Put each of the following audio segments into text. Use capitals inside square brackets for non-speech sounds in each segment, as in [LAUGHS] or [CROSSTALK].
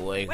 Wake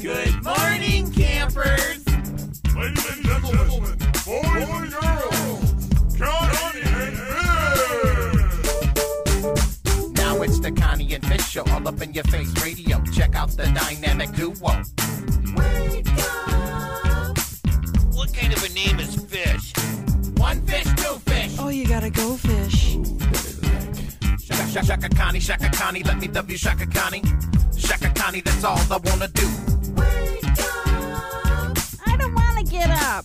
Good morning, campers. Ladies and gentlemen, boys and girls, Johnny and Bill. Now it's the Connie and Fish show, all up in your face radio. Check out the dynamic duo. Wake up. What kind of a name is Fish? One fish, two fish. Oh, you gotta go fish. Shaka, shaka, shaka Connie, Shaka Connie, let me love you, Shaka Connie. Shaka Connie, that's all I wanna do. I don't wanna get up.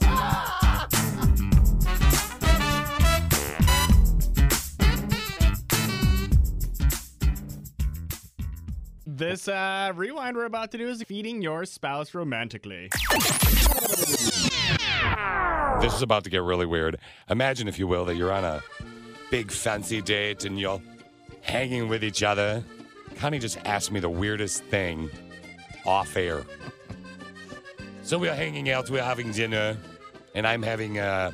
This uh, rewind we're about to do is feeding your spouse romantically. This is about to get really weird. Imagine, if you will, that you're on a big fancy date and you're hanging with each other. Connie just asked me the weirdest thing off air. So we're hanging out, we're having dinner, and I'm having uh,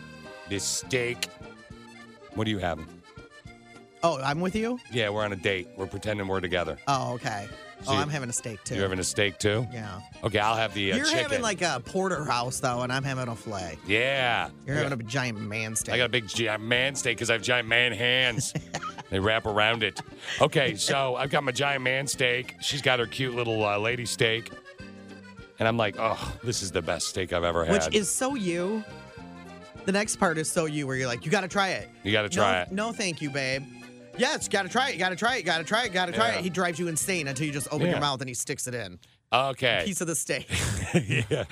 this steak. What are you having? Oh, I'm with you? Yeah, we're on a date. We're pretending we're together. Oh, okay. See, Oh, I'm having a steak too. You're having a steak too? yeah. Okay, I'll have the uh, You're chicken. having like a porterhouse though, and I'm having a filet. yeah. You're having a giant man steak. I got a big giant man steak because I have giant man [LAUGHS] hands. they wrap around it. Okay, so I've got my giant man steak. She's got her cute little uh, lady steak. And I'm like, oh, this is the best steak I've ever had. Which is so you. The next part is so you, where you're like, you got to try it. You gotta try no, it. No, thank you, babe. Yes, got to try it. Got to try it. Got to try it. Got to try Yeah. it. He drives you insane until you just open Yeah. your mouth and he sticks it in. [LAUGHS] okay. Piece of the steak. yeah.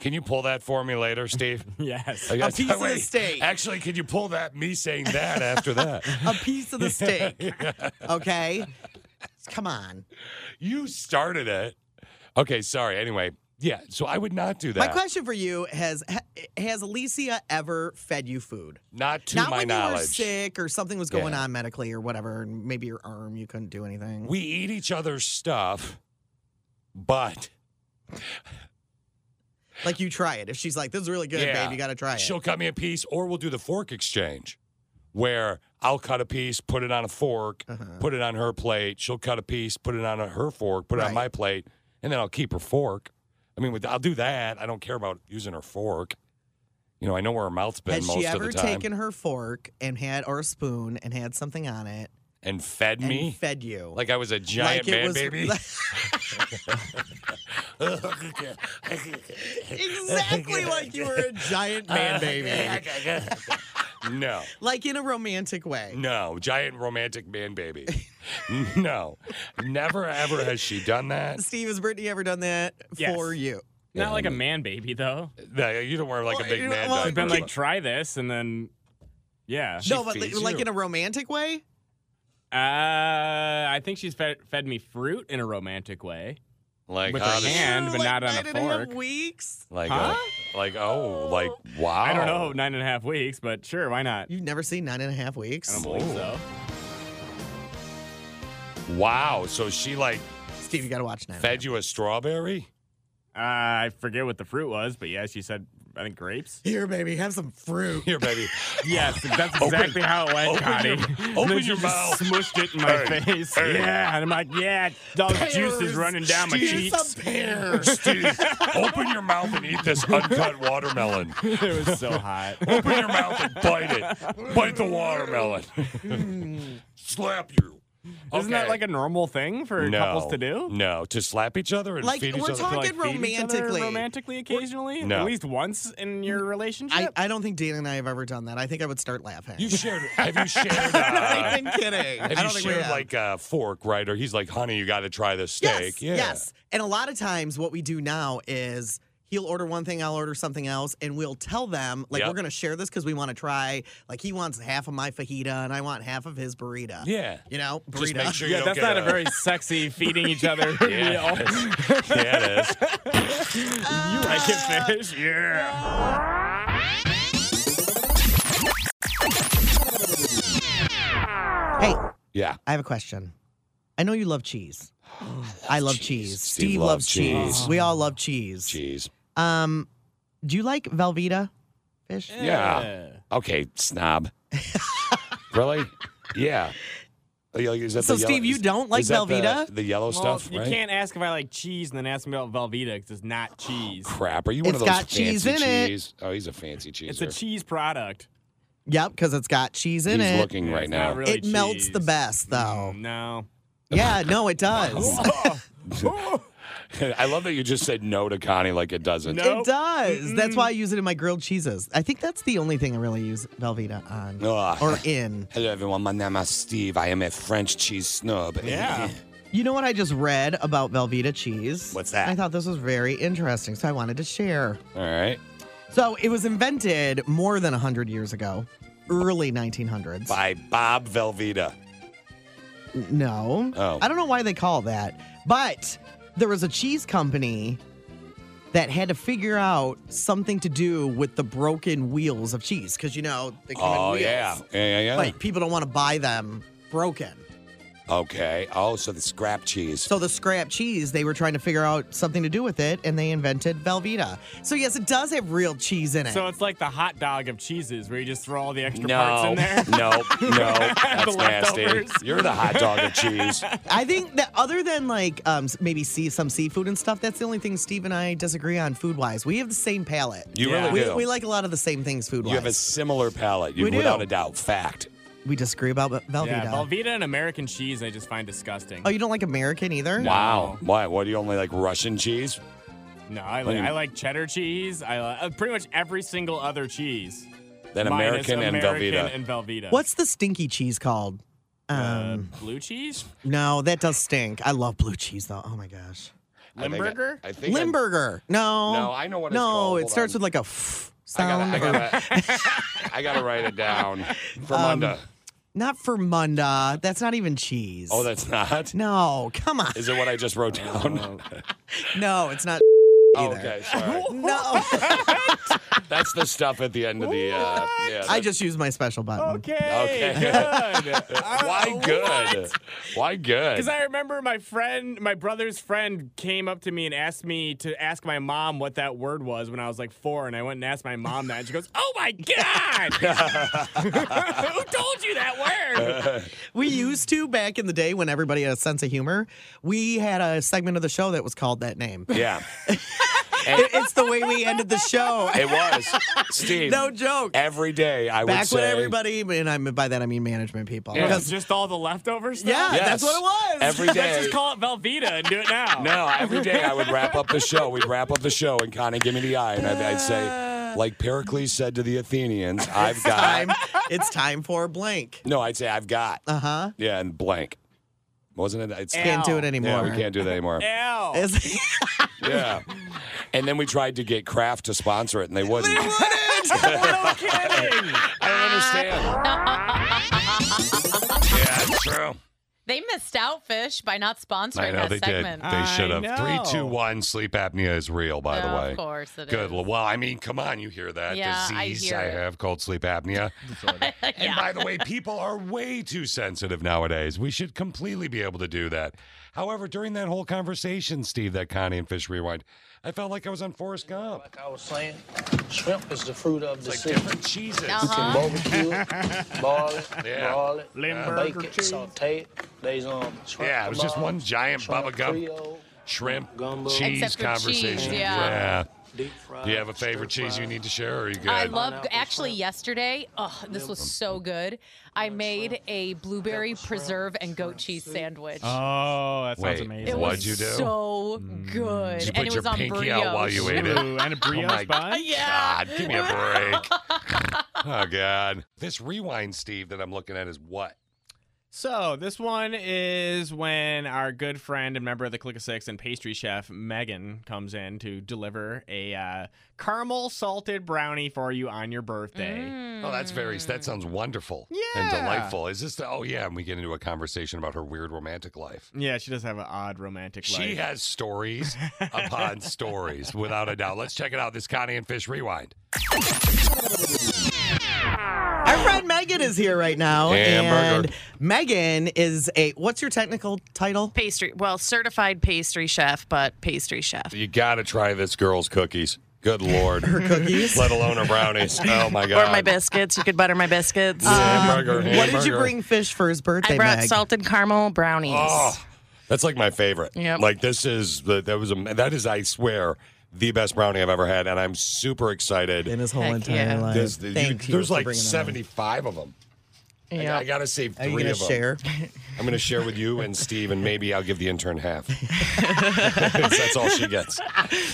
Can you pull that for me later, [LAUGHS] Steve? [LAUGHS] Yes. I got- piece of the steak. Actually, can you pull that? Me [LAUGHS] saying that after that. a piece of [LAUGHS] the steak. Okay. Come on. you started it. Okay, sorry. Anyway, yeah. So I would not do that. My question for you has ha- has Alicia ever fed you food? not to Not my when you were knowledge. sick or something was going Yeah. on medically or whatever, and maybe your arm you couldn't do anything. we eat each other's stuff, but like you try it. If she's like, "This is really good, Yeah. babe. You got to try it." she'll cut me a piece, or we'll do the fork exchange, where I'll cut a piece, put it on a fork, Uh-huh. put it on her plate. She'll cut a piece, put it on her fork, put it on Right. my plate, and then I'll keep her fork. I mean, with, I'll do that. I don't care about using her fork. You know, I know where her mouth's been Has most she of ever the time, taken her fork and had or a spoon and had something on it and fed and me fed you? like I was a giant it man was- baby. [LAUGHS] [LAUGHS] exactly like you were a [LAUGHS] giant Uh, man baby. [LAUGHS] no. like in a romantic way. No, giant romantic man baby. [LAUGHS] no, never ever has she done that. Steve, has Brittany ever done that Yes. for you? Yeah, Not like a I'm- man baby though. No, you don't wear like Well, a big you know, man. well, diaper. I've been like try this and then yeah. no, but li- feeds like you. in a romantic way? Uh, I think she's fed, fed me fruit in a romantic way. like with how her does- hand. And, but like not on a nine and half fork. weeks? like Huh? uh, like oh like wow. I don't Oh. know, nine and a half weeks, but sure, why not? You've never seen nine and a half I weeks? don't believe so. Wow, so she like Steve, you got to watch now. fed you a strawberry? [LAUGHS] Uh, I forget what the fruit was, but yeah, she said I think grapes. Here, baby, have some fruit. Here, baby. Yes, [LAUGHS] that's exactly how it went, open Connie. your- And [LAUGHS] open then she your just mouth. Smushed it in my Hey, face. hey. Yeah, and I'm like, yeah, all the juice is running down my Steve, [LAUGHS] cheeks. pear. Steve, open your mouth and eat this uncut watermelon. It was so hot. Open your mouth and bite it. Bite the [LAUGHS] watermelon. Slap you. [LAUGHS] Isn't that Okay. like a normal thing for no, couples to do? No, to slap each other and Like, feed each we're other. To, talking- like, Fucking feed each other romantically. romantically, occasionally, No. at least once in your relationship. I, I don't think Dan and I have ever done that. I think I would start laughing. you [LAUGHS] shared. Have you shared? Uh, I'm kidding. I have you don't think we shared have. like a fork, right? Or he's like, "Honey, you got to try this steak." Yes, yes. And a lot of times, what we do now is he'll order one thing, I'll order something else, and we'll tell them like Yep. we're going to share this because we want to try. Like he wants half of my fajita, and I want half of his burrito. Yeah. you know, burrito. Just make sure you yeah, don't that's get not a very sexy feeding each other [LAUGHS] Yeah. [LAUGHS] meal. yeah, it is. You like it, fish? Yeah. hey, Yeah. I have a question. I know you love cheese. I love cheese. Steve Steve, loves loves cheese. cheese. We all love cheese. Jeez. Um, do you like Velveeta fish? Yeah. Okay, [LAUGHS] snob. really? Yeah. Are you- Is that So, the Steve, you is- don't like is that the- Velveeta? The, yellow Well, stuff, you right? can't ask if I like cheese and then ask me about Velveeta because it's Oh, not cheese. Crap. Are you one It's of those got cheese fancy in it. cheese? Oh, he's a fancy cheeser. It's a cheese product. Yep, because it's got cheese in he's it. looking Mm. right Yeah, it's now. not really it melts the cheese. best, though. No. Yeah, [LAUGHS] no, it does. I love that you just said no to Connie like it doesn't. Nope. [LAUGHS] It does. That's why I use it in my grilled cheeses. I think that's the only thing I really use Velveeta on Ugh. or in. Hello, everyone. My name is Steve. I am a French cheese snob. [LAUGHS] Yeah. You know what I just read about Velveeta cheese? What's that? I thought this was very interesting, so I wanted to share. All right. So it was invented more than 100 years ago, early 1900s. By Bob Velveeta. No. Oh. I don't know why they call it that. But there was a cheese company that had to figure out something to do with the broken wheels of cheese because, you know, they come in Oh, wheels. yeah. Yeah, yeah, yeah. Like, people don't want to buy them broken. Okay. Oh, so the scrap cheese. So the scrap cheese, they were trying to figure out something to do with it, and they invented Velveeta. So yes, it does have real cheese in it. So it's like the hot dog of cheeses where you just throw all the extra parts No, [LAUGHS] in there. no, no. That's nasty. leftovers. You're the hot dog of cheese. [LAUGHS] I think that other than like um, s- maybe see some seafood and stuff, that's the only thing Steve and I disagree on food wise. We have the same palate. You Yeah. really we, do. we like a lot of the same things food you have a wise. similar palate. You, We do. without a doubt. Fact. We disagree about Ve- Velveeta. Yeah, Velveeta and American cheese I just find disgusting. oh, you don't like American either? Wow. Why? What do you only like Russian cheese? No, I What like, do you- I like cheddar cheese. I li- uh, pretty much every single other cheese. Then minus American, American and Velveeta. and Velveeta. What's the stinky cheese called? Um, uh, blue cheese? no, that does stink. I love blue cheese though. Oh my gosh. I think I- Limburger? I think I- Limburger. No. No, I know what it's No, called. it Hold starts on. with like a f I sound. gotta, I or- gotta, I gotta write it down. Vermunda. Not Vermunda. That's not even cheese. oh, that's not. No, come on. Is it what I just wrote [LAUGHS] down? No, it's [LAUGHS] not. oh, either. okay, sorry. No. That's the stuff at the end of the. Uh, yeah, I that- just used my special button. Okay. Okay. [LAUGHS] Good. [LAUGHS] Why good? Why good? [LAUGHS] Because I remember my friend, my brother's friend, came up to me and asked me to ask my mom what that word was when I was like four, and I went and asked my mom that, and she goes, "Oh [LAUGHS] my god, [LAUGHS] who told you that Uh, word?" We used to back in the day when everybody had a sense of humor. We had a segment of the show that was called that name. [LAUGHS] yeah, It- it's the way we ended the [LAUGHS] show. it was Steve. No joke. Every day I would Back say. when everybody, and I mean, by that I mean management people. Yeah. Because- Just all the leftovers. yeah, Yes. [LAUGHS] that's what it was. Every Let's day. just call it Velveeta and do it [LAUGHS] now. No, every day I would wrap up the show. We'd wrap up the show, and Connie give me the eye, and I'd, I'd say, like Pericles said to the Athenians, "I've got." time. It's time for blank. No, I'd say I've got. Uh huh. Yeah, and blank. Wasn't it? It's, Can't do it Yeah, anymore. we can't do that anymore. Ow. [LAUGHS] It's- yeah. And then we tried to get Kraft to sponsor it, and they wouldn't. [LAUGHS] no kidding. I don't understand. yeah, it's true. They missed out, Fish, by not sponsoring I know that they segment. did. They should I have. know. Three, two, one. Sleep apnea is real, by No, the way. Of course it is. Good. Well, I mean, come on, you hear that Yeah, I disease hear it. have called sleep [LAUGHS] apnea. And by the way, people are way too sensitive nowadays. We should completely be able to do that. However, during that whole conversation, Steve, that Connie and Fish rewind, I felt like I was on Forrest Gump. Like I was saying, shrimp is the fruit of the Like sea. different cheeses. You Uh-huh. can barbecue [LAUGHS] it, boil it, Yeah. broil it, uh, Limburger bake it, cheese. saute it. There's um shrimp. Yeah, it was just kebabs, one giant shrimp Bubba Gump Creole, Shrimp, Gumbo. cheese Except for conversation. cheese, yeah. deep fried. Do you have a favorite stir cheese you fried. need to share, or are you good? I love Pineapple actually shrimp. yesterday. Oh, this was so good. I made a blueberry preserve and goat cheese [LAUGHS] sandwich. Oh, that sounds Wait, amazing. it what'd was you do? Mm. so good. Did you and put it your was on pinky brioche. out while you ate it? Oh Ooh, [LAUGHS] and a brioche my bun? Yeah. God, give me a break. [LAUGHS] [LAUGHS] oh God, this rewind, Steve, that I'm looking at is what? So this one is when our good friend and member of the Click of Six and pastry chef Megan comes in to deliver a uh, caramel salted brownie for you on your birthday. Oh, that's Hmm. very. That sounds wonderful. And Yeah. delightful. Is this the? Oh yeah, and we get into a conversation about her weird romantic life. Yeah, she does have an odd romantic She life. [LAUGHS] has stories upon stories, without a doubt. Let's check it out. This Connie and Fish rewind. Our friend Megan is here right now, Hamburger. and Megan is a. What's your technical title? pastry well certified pastry chef but pastry chef Uh, You got to try this girl's cookies. [LAUGHS] Good lord. Her cookies? Let alone her brownies. Oh my Or god. my biscuits. You could butter [LAUGHS] my biscuits. Um, Hamburger, What did you hamburger. bring Fish for his birthday, I brought Meg? salted caramel brownies. Oh, that's like my favorite. Yep. Like this is the that was a that is I swear the best brownie I've ever had, and I'm super excited. in his whole Heck entire yeah. life. There's, you- Thank you there's for like bringing that up. 75 of them. I- Yeah. I, gotta save Are three you gonna of them. share? I'm gonna share with you [LAUGHS] and Steve, and maybe I'll give the intern half. [LAUGHS] That's all she gets.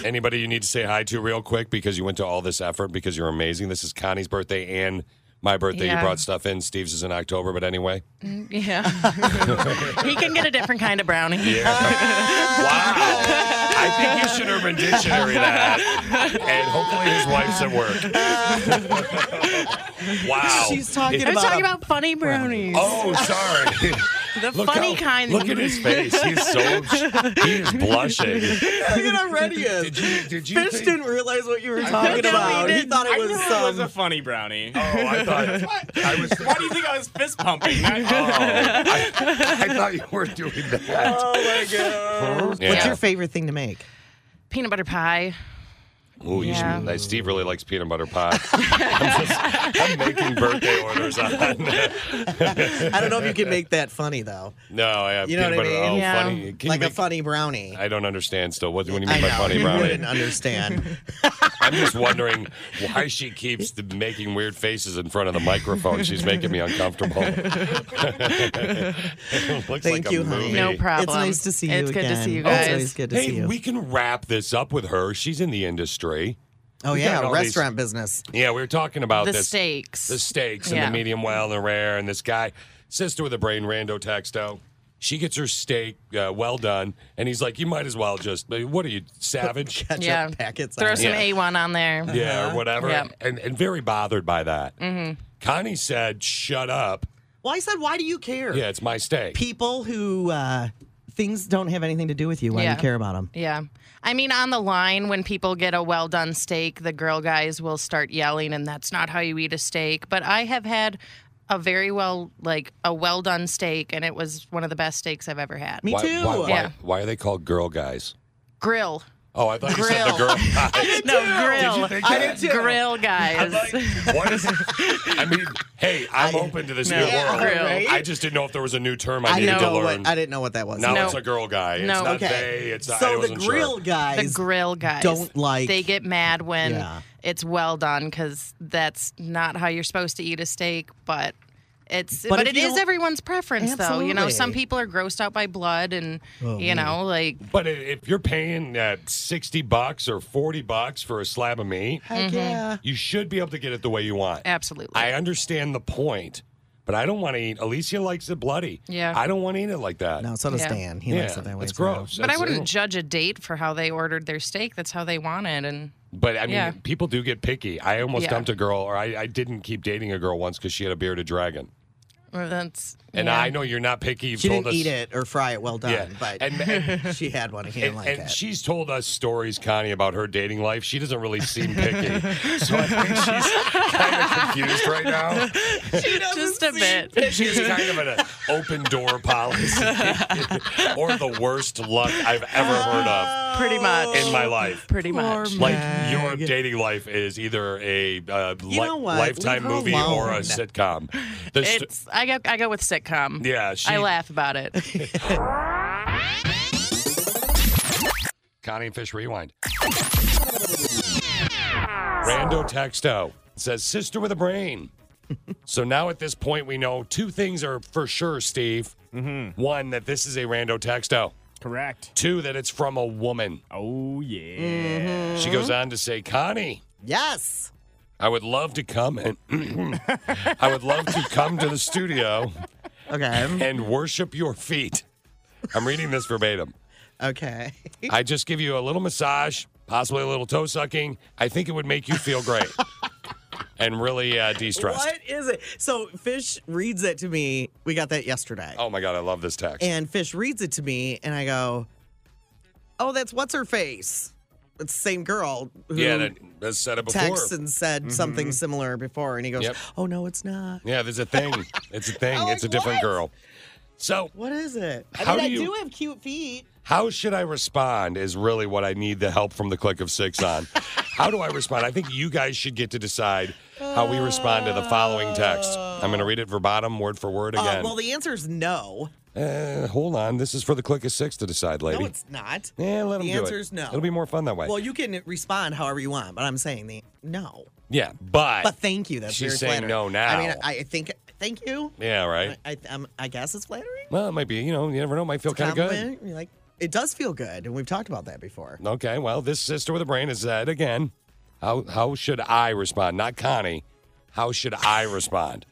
Anybody you need to say hi to real quick because you went to all this effort because you're amazing. This is Connie's birthday and my birthday. You Yeah. brought stuff in. Steve's is in October, but anyway. [LAUGHS] Yeah. [LAUGHS] he can get a different kind of brownie. Yeah. [LAUGHS] wow. I think you should Urban Dictionary that. And hopefully his wife's at work. [LAUGHS] wow. She's talking I was about talking a- about funny brownies. Oh, sorry. [LAUGHS] the Look funny how- kind. Look at his face. He's so he is blushing. Look at how red he is. Did you? Did you? Fish think- didn't realize what you were talking No, he about. He didn't. thought it I was um, knew some. it was a funny [LAUGHS] brownie. oh, I [LAUGHS] thought I was. Why do you think I was fist pumping? [LAUGHS] Oh, I- I, I thought you were doing that. oh my god! What's Yeah. your favorite thing to make? Peanut butter pie. Ooh, you Yeah. should, like, Steve really likes peanut butter [LAUGHS] pie. I'm, just, I'm making birthday orders on. [LAUGHS] I don't know if you can make that funny though, no, I have You know peanut what I butter. mean? Oh, Yeah. funny. Can you like a make- funny brownie. I don't understand still. What, what do you I mean by know, funny you brownie? wouldn't understand. I'm just wondering why she keeps the, making weird faces in front of the microphone. She's making me uncomfortable. [LAUGHS] Looks Thank like you, a honey. movie. No [LAUGHS] problem. it's nice to see you It's again. good to see you It's guys. always good to see Hey, you. we can wrap this up with her. She's in the industry. oh got yeah, all restaurant business. Yeah, we were talking about the this. steaks. Oh, The steaks Yeah. and the medium well and the rare and this guy, sister with a brain, rando texto. She gets her steak uh, well done, and he's like, "You might as well just uh, what are you savage?" Ketchup yeah. packets. Throw on. some Yeah. A1 on there. yeah, Uh-huh. or whatever. Yep. And, and very bothered by that. Mm-hmm. Connie said, shut up. Well, I said, why do you care? Yeah, it's my steak. People who uh, things don't have anything to do with you. Why do Yeah. you care about them? Yeah. I mean, on the line, when people get a well done steak, the girl guys will start yelling, and that's not how you eat a steak. But I have had a very well, like, a well done steak, and it was one of the best steaks I've ever had. Me why, too. Why, why, Yeah. why are they called girl guys? Grill. Oh, I thought you said the Grill. girl [LAUGHS] guys. No, grill. I did too. Grill I'm guys. like, what is I mean, hey, I'm open to this new Yeah, world. grill. right? I just didn't know if there was a new term I, I needed didn't to know learn. what I didn't know what that was. now No. it's a girl guy. It's No. not okay. they. It's I so the wasn't grill sure. the guys. grill guys don't like- they get mad when Yeah. it's well done because that's not how you're supposed to eat a steak but it's But but, if it you is don't- everyone's preference though you know some Absolutely. people are grossed out by blood and Oh, you know like But i- if you're paying uh, 60 bucks or 40 bucks for a slab of meat, Heck Mm-hmm. yeah. you should be able to get it the way you want. absolutely I understand the point, but I don't want to eat. Alicia likes it bloody. Yeah. I don't want to eat it like that. No, so does Yeah. Dan. He yeah, likes it that way. it's too. gross. but i That's- wouldn't judge a date for how they ordered their steak that's how they want it and But I mean, Yeah. people do get picky. I almost Yeah. dumped a girl, or I, I didn't keep dating a girl once because she had a bearded dragon. well, that's And yeah. I know you're not picky. You've She told didn't us, eat it or fry it well done, Yeah. but And- [LAUGHS] and- she had one and he didn't And, like and it. she's told us stories, Connie, about her dating life. She doesn't really [LAUGHS] seem picky, so I think she's kind of confused right now. [LAUGHS] just a bit She's kind of an uh, open door policy, [LAUGHS] or the worst luck I've ever heard of pretty much in my life. pretty much Like your dating life is either a uh, li- know what? lifetime Leave her movie or a alone. sitcom. The st- it's i go i go with sitcom yeah, she, i laugh about it Connie and Fish Rewind. Rando Texto says, Sister with a Brain. so now at this point, we know two things are for sure, Steve. One, that this is a Rando Texto. Correct. Two, that it's from a woman. Oh yeah. Mm. She goes Uh-huh. on to say, Connie, yes. I would love to come and [CLEARS THROAT] I would love to come to the studio Okay. [LAUGHS] and worship your feet. I'm reading this verbatim. [LAUGHS] Okay. I just give you a little massage, possibly a little toe sucking. I think it would make you feel [LAUGHS] great and really uh, de stress. What is it? So Fish reads it to me. We got that yesterday. Oh my God, I love this text. And Fish reads it to me, and I go, "Oh, that's what's her face. It's the same girl who yeah, that, that's said it before. Mm-hmm. texts and said something similar before." And he goes, Yep. "Oh no, it's not." [LAUGHS] yeah, there's a thing. It's a thing. I'm it's a like, different what? girl. So what is it? I How do mean, I you- do have cute feet. How should I respond is really what I need the help from the click of six on. how do I respond? I think you guys should get to decide how we respond to the following text. I'm going to read it verbatim, word for word Uh, again. well, the answer is no. Uh, hold on. This is for the click of six to decide, lady. No, it's not. Yeah, let 'em The do it. answer is no. It'll be more fun that way. Well, you can respond however you want, but I'm saying the no. yeah, but. But thank you. That's She's very saying no flattering. now. I mean, I I think thank you. yeah, right. I I'm, I guess it's flattering. Well, it might be, you know, you never know. It might feel kind of good. uh, Compliment. You're like it does feel good, and we've talked about that before. Okay, well, this sister with a brain has said again, how how should I respond? Not Connie. How should [LAUGHS] I respond?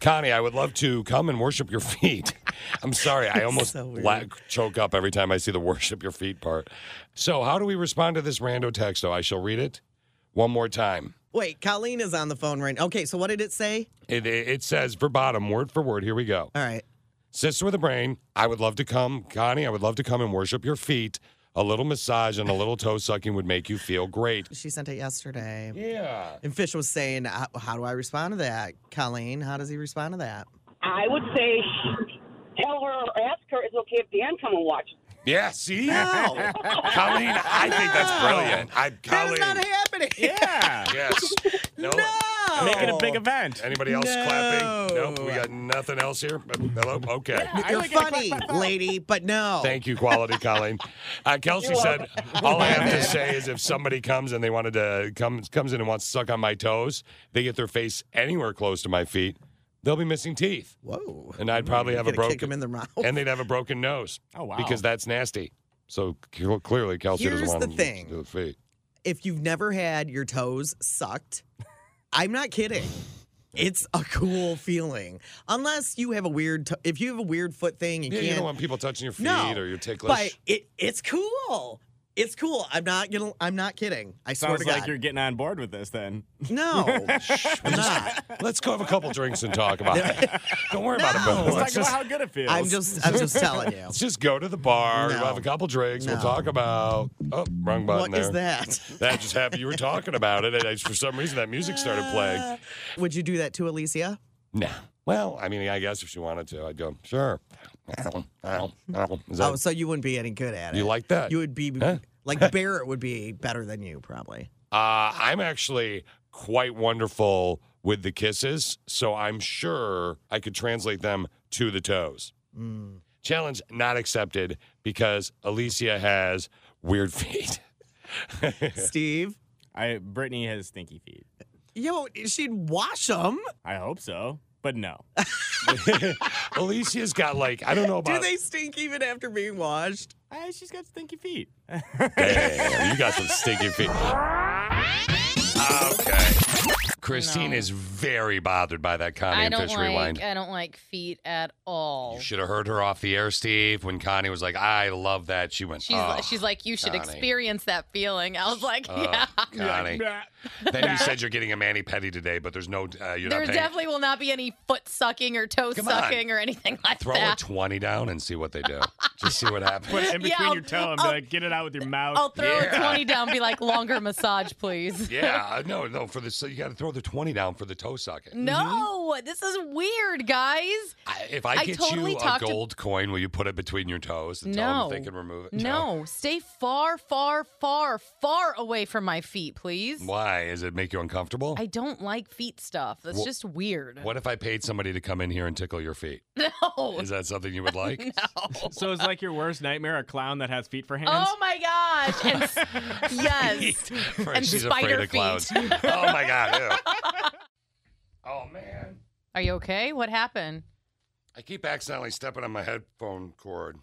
Connie, I would love to come and worship your feet. I'm [LAUGHS] sorry, I almost So weird. la- choke up every time I see the worship your feet part. So, how do we respond to this rando text? Though I shall read it one more time. Wait, Colleen is on the phone right now. Okay, so what did it say? It, it, it says verbatim, word for word. Here we go. All right. Sister with a brain, I would love to come. Connie, I would love to come and worship your feet. A little massage and a little toe sucking would make you feel great. She sent it yesterday. Yeah. And Fish was saying, how, how do I respond to that? Colleen, how does he respond to that? I would say sh- tell her or ask her it's okay if Dan come and watch. Yeah, see? Colleen, I think that's brilliant. I, Colleen. That's not happening. [LAUGHS] Yeah. yes. No. Make it a Oh. big event. Anybody else No. clapping? Nope. We got nothing else here. Uh, Hello? Okay. You're like it. funny, lady, but no. Thank you, quality Colleen. [LAUGHS] Uh, Kelsey said, "All I have to say is, if somebody comes and they wanted to come comes in and wants to suck on my toes, they get their face anywhere close to my feet, they'll be missing teeth, Whoa. and I'd probably have a Gonna kick broken him in the mouth. and they'd have a broken nose. Oh, wow. because that's nasty. So cl- clearly, Kelsey Here's doesn't the want thing. to do the feet. if you've never had your toes sucked, I'm not kidding. It's a cool feeling. Unless you have a weird, to- if you have a weird foot thing and Yeah, you can't don't want people touching your feet No, or you're ticklish. But it, it's cool. It's cool. I'm not gonna. I'm not kidding. I swear Sounds to like God. you're getting on board with this then. [LAUGHS] [LAUGHS] No, I'm not. Let's go have a couple drinks and talk [LAUGHS] about it. Don't worry about it. No. Bo. Let's Talk Let's about just, how good it feels. I'm just. I'm just telling you. let's [LAUGHS] just go to the bar. We'll No. have a couple drinks. We'll No. talk about. Oh, wrong button What there. is that? That just happened. You were talking about it, and I, for some reason that music started playing. [LAUGHS] Would you do that to Alicia? No. Well, I mean, I guess if she wanted to, I'd go, sure. Ow, ow, ow. Is oh, that, so you wouldn't be any good at it. you like that? You would be Huh? like Barrett would be better than you probably. Uh, I'm actually quite wonderful with the kisses, so I'm sure I could translate them to the toes. Mm. Challenge not accepted because Alicia has weird feet. [LAUGHS] Steve, I Brittany has stinky feet. yo, she'd wash them. I hope so, but no. Alicia's got like I don't know Do about. they stink even after being washed? Ah, she's got stinky feet. [LAUGHS] Damn, you got some stinky feet. Okay. Christine No. is very bothered by that Connie I and don't Fish like. rewind. I don't like feet at all. You should have heard her off the air, Steve. When Connie was like, "I love that," she went, She's "Oh, she's like you should Connie. experience that feeling. I was like, oh, yeah. Connie." then you said you're getting a mani pedi today, but there's no, uh, you're [LAUGHS] There not paying. definitely will not be any foot sucking or toe Come on. sucking or anything like Throw a that. twenty down and see what they do. Just [LAUGHS] see what Put happens. it in between I'll- your toe and be I'll- like, get it out with your mouth. I'll throw Yeah. [LAUGHS] a twenty down. Be like longer massage, please. yeah, no, no. For the so you got to throw the twenty down for the toe socket. Mm-hmm. No, this is weird, guys. I, if I, I get totally you a talked to- gold coin, will you put it between your toes and tell them if they No. can remove it? No, stay far, far, far, far away from my feet, please. Why? Does it make you uncomfortable? I don't like feet stuff. That's Wha- just weird. what if I paid somebody to come in here and tickle your feet? [LAUGHS] No. Is that something you would like? [LAUGHS] [LAUGHS] No. So it's like your worst nightmare, a clown that has feet for hands. Oh [LAUGHS] my gosh. And s- yes. Right, And She's afraid spider of clouds. oh feet. my god. ew. Oh man. Are you okay? What happened? I keep accidentally stepping on my headphone cord.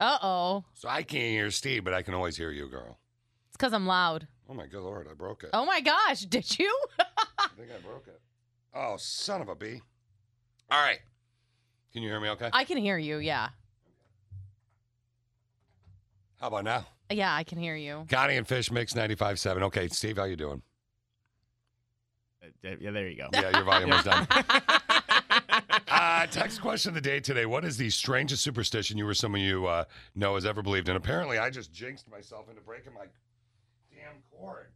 Uh oh. So I can't hear Steve, but I can always hear you, girl. It's because I'm loud. Oh my good lord, I broke it. Oh my gosh. Did you? [LAUGHS] I think I broke it. Oh, son of a bee. All right. Can you hear me okay? I can hear you. Yeah. How about now? Yeah, I can [LAUGHS] hear you. Connie and Fish Mix 95.7. Okay, Steve, how you [LAUGHS] doing? Uh, yeah, there [LAUGHS] you go. Yeah, your volume was [LAUGHS] done. Uh, text question of the day today. What is the strangest superstition you or someone you uh, know has ever believed in? Apparently, I just jinxed myself into breaking my damn cord.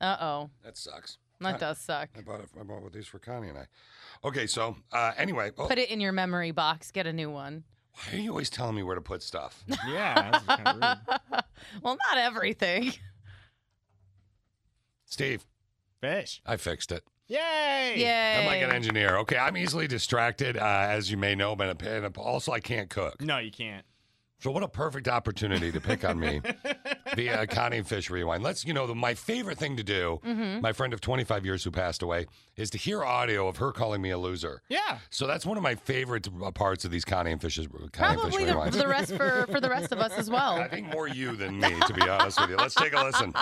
Uh oh. That sucks. That does suck. I bought, it, I bought one of these for Connie and I. Okay, so uh, anyway, well, Put it in your memory box. Get a new one. [LAUGHS] why are you always telling me where to put stuff? Yeah. well, not everything. Steve, fish. I fixed it. Yay! Yay! I'm like an engineer. Okay, I'm easily distracted, uh, as you may know, but and also I can't cook. No, you can't. So what a perfect opportunity to pick on me via Connie and Fish Rewind. Let's, you know, the, my favorite thing to do, Mhm. my friend of 25 years who passed away, is to hear audio of her calling me a loser. Yeah. So that's one of my favorite uh, parts of these Connie and Fish's Connie and Fish Probably the, Rewinds. the rest for, for the rest of us as well. [LAUGHS] I think more you than me, to be honest with you. Let's take a listen.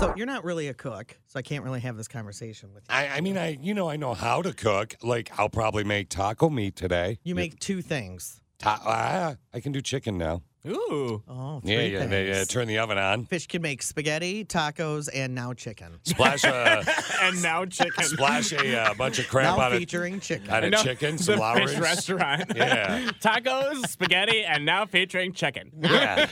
So you're not really a cook, so I can't really have this conversation with I, I mean, I you know I know how to cook. Like I'll probably make taco meat today. you. You make two things. Ta- ah, I can do chicken now. Ooh. Oh, Yeah, three yeah. They uh, things. turn the oven on. Fish can make spaghetti, tacos, and now chicken. Splash [LAUGHS] a [LAUGHS] and now chicken. [LAUGHS] splash a uh, bunch of crap now on it. featuring chicken. on a No, chicken, the some fish lowries. restaurant. Yeah. [LAUGHS] Tacos, spaghetti, and now featuring chicken. [LAUGHS] Yeah,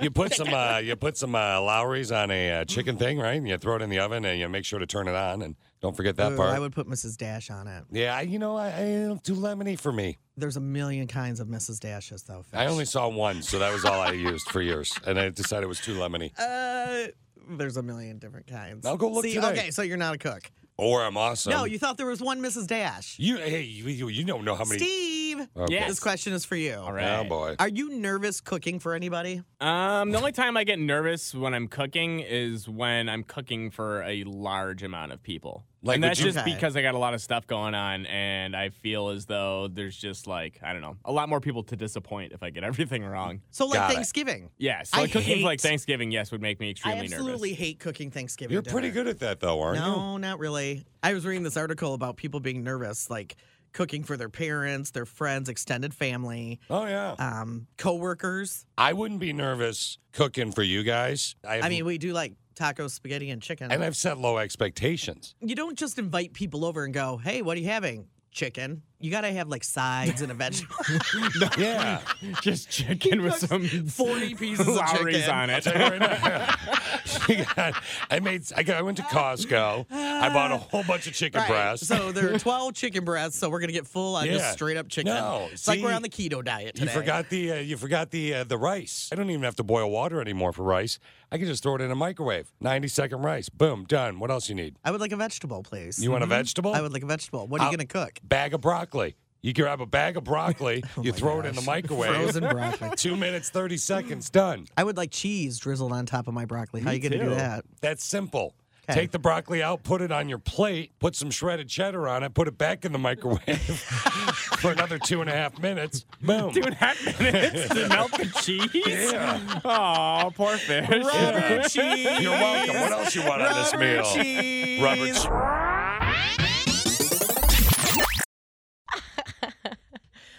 you put some uh, you put some uh, Lowry's on a uh, chicken thing, right? And you throw it in the oven, and you make sure to turn it on, and don't forget that Ooh, part. I would put Mrs. Dash on it. yeah, I- you know, I, I don't do lemony for me. There's a million kinds of Mrs. Dashes, though. Fish. I only saw one, so that was all I used for years, and I decided it was too lemony. Uh, there's a million different kinds. I'll go look See, today. okay, so you're not a cook. Or I'm awesome. no, you thought there was one Mrs. Dash. You hey, you, you, you don't know how many. Steve. Okay. Yes. This question is for you. All right. Oh, boy. Are you nervous cooking for anybody? Um, the only time I get nervous when I'm cooking is when I'm cooking for a large amount of people. Like, and would that's you- just Okay. because I got a lot of stuff going on, and I feel as though there's just like I don't know a lot more people to disappoint if I get [LAUGHS] everything wrong. So like Thanksgiving. Yeah, so I like cooking hate- for like Thanksgiving, yes, would make me I extremely absolutely [LAUGHS] hate cooking Thanksgiving. You're pretty dinner. good at that, though, aren't you? no, not really. I was reading this article about people being nervous, like cooking for their parents, their friends, extended family, Oh yeah. um, coworkers. I wouldn't be nervous cooking for you guys. I, I mean, we do like tacos, spaghetti, and chicken. and I've set low [LAUGHS] expectations. you don't just invite people over and go, "Hey, what are you having?" Chicken. You gotta have like sides and a [LAUGHS] vegetable. nervous. Yeah. just chicken with some [LAUGHS] Forty pieces of Lowry's chicken. on it. [LAUGHS] [LAUGHS] You got- I made. I, got, I went to Costco. I bought a whole bunch of chicken Right. breasts. So there are 12 chicken breasts, so we're going to get full on Yeah. just straight up chicken. No, it's like we're see, on the keto diet today. you forgot the uh, you forgot the uh, the rice. I don't even have to boil water anymore for rice. I can just throw it in a microwave. Ninety second rice. Boom, done. What else you need? I would like a vegetable, please. You want a vegetable? I would like a vegetable. What are you I'll- going to cook? Bag of broccoli. You grab a bag of [LAUGHS] broccoli. you throw it in the microwave. Oh Frozen [LAUGHS] broccoli. Two minutes thirty seconds. Done. I would like cheese drizzled on top of my broccoli. How are you going to do that? That's simple. Okay. Take the broccoli out, put it on your plate, put some shredded cheddar on it, put it back in the microwave [LAUGHS] for another two and a half minutes. Boom. Two and a half minutes to melt the [LAUGHS] cheese. Yeah. Oh, poor fish. Yeah. cheese. You're welcome. What else you want on this Rubber meal? cheese. Rubber che-